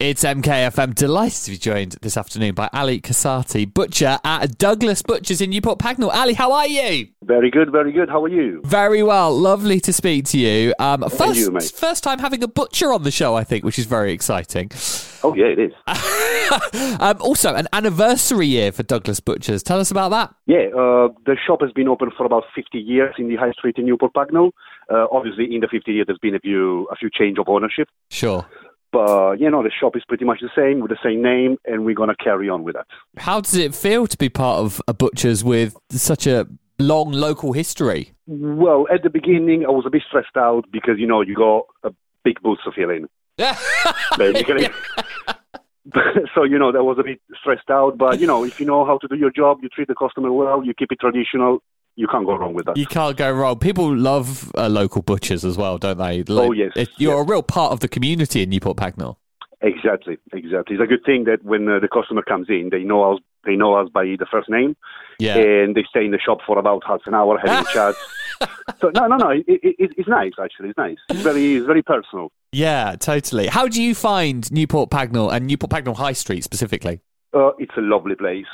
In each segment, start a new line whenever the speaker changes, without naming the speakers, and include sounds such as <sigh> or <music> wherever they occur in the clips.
It's MKFM. Delighted to be joined this afternoon by Ali Kasati, butcher at Douglas Butchers in Newport Pagnell. Ali, how are you?
Very good, very good. How are you?
Very well. Lovely to speak to you. Um, first,
you, mate.
first time having a butcher on the show, I think, which is very exciting. <laughs>
Oh, yeah, it is.
um, also, an anniversary year for Douglas Butchers. Tell us about that.
Yeah, uh, the shop has been open for about 50 years in the High Street in Newport Pagnell. Uh, obviously, in the 50 years, there's been a few, a few change of ownership.
Sure.
But, you know, the shop is pretty much the same, with the same name, and we're going to carry on with that.
How does it feel to be part of a butcher's with such a long local history?
Well, at the beginning, I was a bit stressed out because, you know, you got a big boots to fill in, basically. <laughs> so, you know, that was a bit stressed out. But, you know, if you know how to do your job, you treat the customer well, you keep it traditional, you can't go wrong with that.
You can't go wrong. People love uh, local butchers as well, don't they?
Oh, yes,
it- you're a real part of the community in Newport Pagnell.
Exactly, exactly. It's a good thing that when uh, the customer comes in, they know us. They know us by the first name,
Yeah.
and they stay in the shop for about half an hour having a chat. So no, no, no. It, it, it- it's nice actually. It's nice. It's very, it's very personal.
Yeah, totally. How do you find Newport Pagnell and Newport Pagnell High Street specifically?
Uh, it's a lovely place.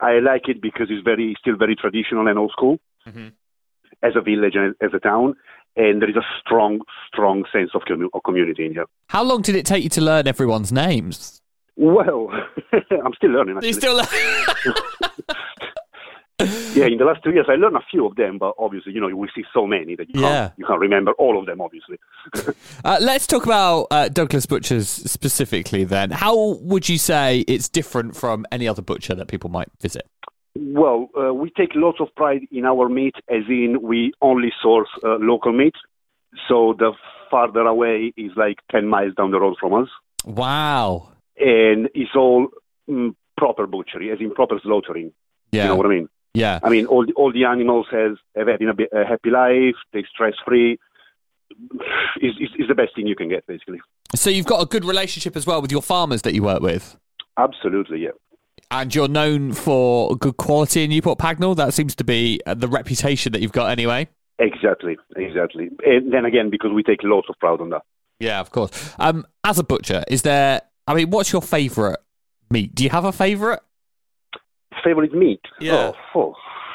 I like it because it's very, still very traditional and old school
Mhm.
as a village and as a town. And there is a strong, strong sense of, commu- of community in here.
How long did it take you to learn everyone's names?
Well, <laughs> I'm still learning.
You
Actually.
still
Yeah, in the last two years, I learned a few of them, but obviously, you know, we see so many that you
Yeah.
can't, you can't remember all of them, obviously.
<laughs>
<laughs>
uh, Let's talk about uh, Douglas Butchers specifically then. How would you say it's different from any other butcher that people might visit?
Well, uh, we take lots of pride in our meat, as in we only source uh, local meat. So the farther away is like 10 miles down the road from us.
Wow.
And it's all mm, proper butchery, as in proper slaughtering.
Yeah.
You know what I mean?
yeah.
I mean, all the, all the animals has, have had a, bit- a happy life, they stress free. It's, it's, it's the best thing you can get, basically.
So you've got a good relationship as well with your farmers that you work with,
Absolutely, yeah.
and you're known for good quality in Newport Pagnell. That seems to be uh, the reputation that you've got anyway.
Exactly, exactly. And then again, because we take lots of pride on that.
Yeah, of course. Um, as a butcher, is there? I mean, what's your favourite meat? Do you have a favourite?
Favorite meat?
Yeah.
Oh, oh.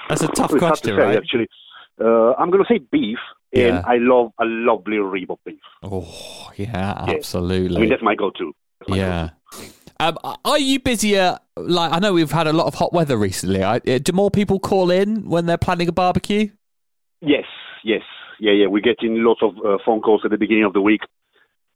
That's a tough
It's hard to
question,
say,
right?
Actually, uh, I'm going to say beef, and
Yeah.
I love a lovely rib of beef.
Oh, yeah,
Yeah.
absolutely.
I mean, that's my go-to. That's my
yeah. Um, are you busier? Like, I know we've had a lot of hot weather recently. I, uh, do more people call in when they're planning a barbecue?
go-to. Yes, yes, yeah, yeah. We're getting lots of uh, phone calls at the beginning of the week.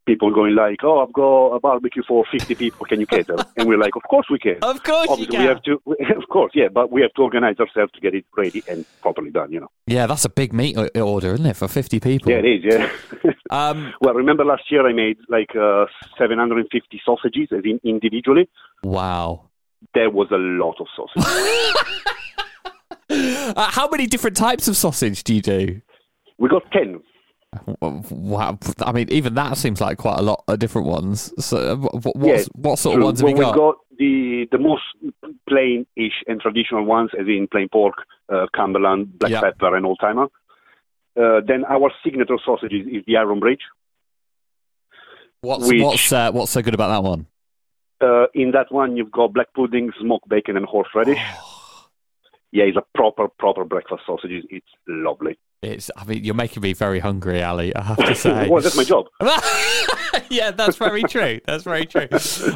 People going like, "Oh, I've got a barbecue for 50 people. Can you
<laughs>
cater?" and we're like, "Of course we can."
Of course
Obviously, we have to. <laughs> Of course, yeah, but we have to organize ourselves to get it ready and properly done. You know.
Yeah, that's a big meat o- order, isn't it, for fifty people?
Yeah, it is. Yeah. <laughs>
Um,
Well, remember last year I made like uh, 750 sausages as in individually.
wow.
There was a lot of
<laughs>
sausage.
Uh, how many different types of sausage do you do?
we got 10.
Wow, I mean, even that seems like quite a lot of different ones. So, uh, what, what,
Yeah,
what sort of
True.
ones have
well,
you got?
we got the the most plain-ish and traditional ones, as in plain pork, uh, Cumberland, black
Yeah.
pepper, and old timer. Uh, then our signature sausage is, is the Iron Bridge.
What's
which-
what's uh, what's so good about that one?
Uh, in that one, you've got black pudding, smoked bacon, and horseradish.
Oh.
yeah, it's a proper, proper breakfast sausage. It's- It's lovely.
It's, I mean, you're making me very hungry, Ali. I
<laughs>
have to say.
well, that's my job.
<laughs> yeah, that's very true. That's very
<laughs>
true.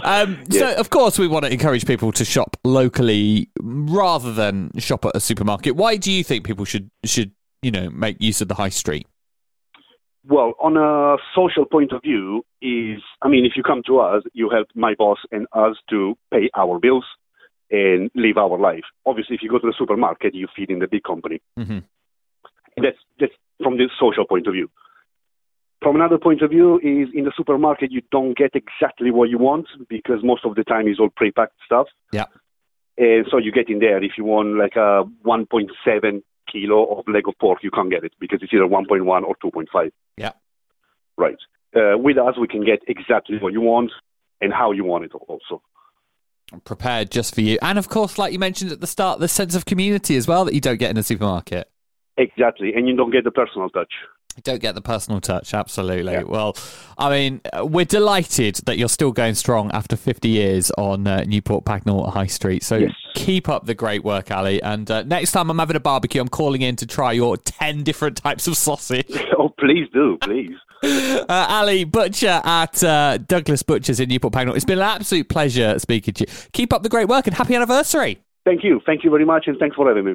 Um,
Yeah.
So, of course, we want to encourage people to shop locally rather than shop at a supermarket. Why do you think people should should you know make use of the high street?
Well, on a social point of view, is I mean, if you come to us, you help my boss and us to pay our bills and live our life. Obviously, if you go to the supermarket, you feed in the big company.
hmm
That's that's from the social point of view. From another point of view, is in the supermarket you don't get exactly what you want because most of the time it's all pre-packed stuff.
Yeah.
And so you get in there if you want like a 1.7 kilo of leg of pork, you can't get it because it's either 1.1 or 2.5.
Yeah.
Right. Uh, with us, we can get exactly what you want and how you want it also.
prepared just for you. And of course, like you mentioned at the start, the sense of community as well that you don't get in a supermarket.
Exactly. And you don't get the personal touch. <laughs>
don't get the personal touch. Absolutely. Well, I mean, uh, we're delighted that you're still going strong after 50 years on uh, Newport Pagnell High Street. So
Yes.
keep up the great work, Ali. And uh, next time I'm having a barbecue, I'm calling in to try your 10 different types of sausage.
oh, please do, please.
Uh, Ali Butcher at uh, Douglas Butchers in Newport Pagnell. It's been an absolute pleasure speaking to you. Keep up the great work and happy anniversary.
Thank you. Thank you very much, and thanks for having me.